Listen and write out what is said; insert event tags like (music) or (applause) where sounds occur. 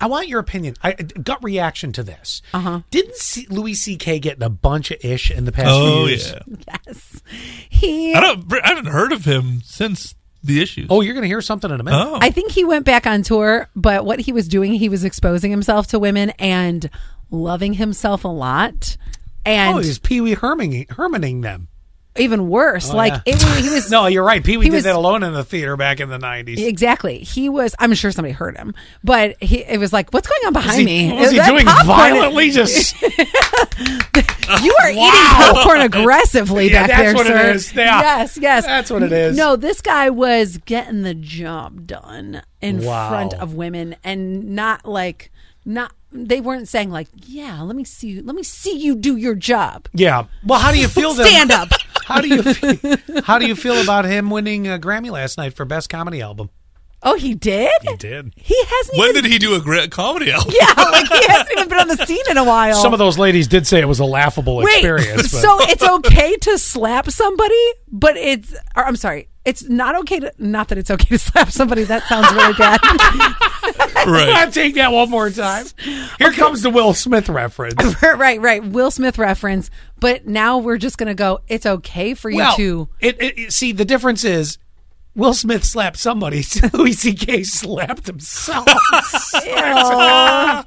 I want your opinion. I gut reaction to this. Uh-huh. Didn't C- Louis C.K. get a bunch of ish in the past? Oh few years? yeah, Yes. He I don't. I haven't heard of him since the issues. Oh, you're going to hear something in a minute. Oh. I think he went back on tour, but what he was doing, he was exposing himself to women and loving himself a lot. And oh, he's Pee Wee Herming, Hermaning them. even worse, like yeah. it was, he (laughs) was No, you're right. Pee Wee He did was- that alone in the theater back in the 90s. exactly. He was. I'm sure somebody heard him, but he it was like, what's going on Was behind he, me? what was he That doing popcorn- violently? (laughs) Just You are Wow. (laughs) eating popcorn aggressively Yeah, back that's there, what it sir. is. Yeah. Yes, yes. That's what it is. No, this guy was getting the job done in Wow. front of women and not like not they weren't saying like, "Yeah, let me see you. Let me see you do your job." yeah. Well, how do you feel? then? Stand (laughs) up. How do you feel, how do you feel about him winning a Grammy last night for best comedy album? Oh, he did? He did. He hasn't when even (laughs) did he do a great comedy album? Yeah, like he hasn't even been on the scene in a while. Some of those ladies did say it was a laughable Oh. Wait, (laughs) experience. But so it's okay to slap somebody, but it's or, I'm sorry, it's not okay to not that it's okay to (laughs) slap somebody. That sounds really bad. Right. I take that one more time. Here comes the Will Smith reference. right, right. Will Smith reference, but now we're just gonna go. It's okay for you Well, to. it, it, it- see the difference is Will Smith slapped (laughs) somebody. Louis C.K. slapped himself. Aw.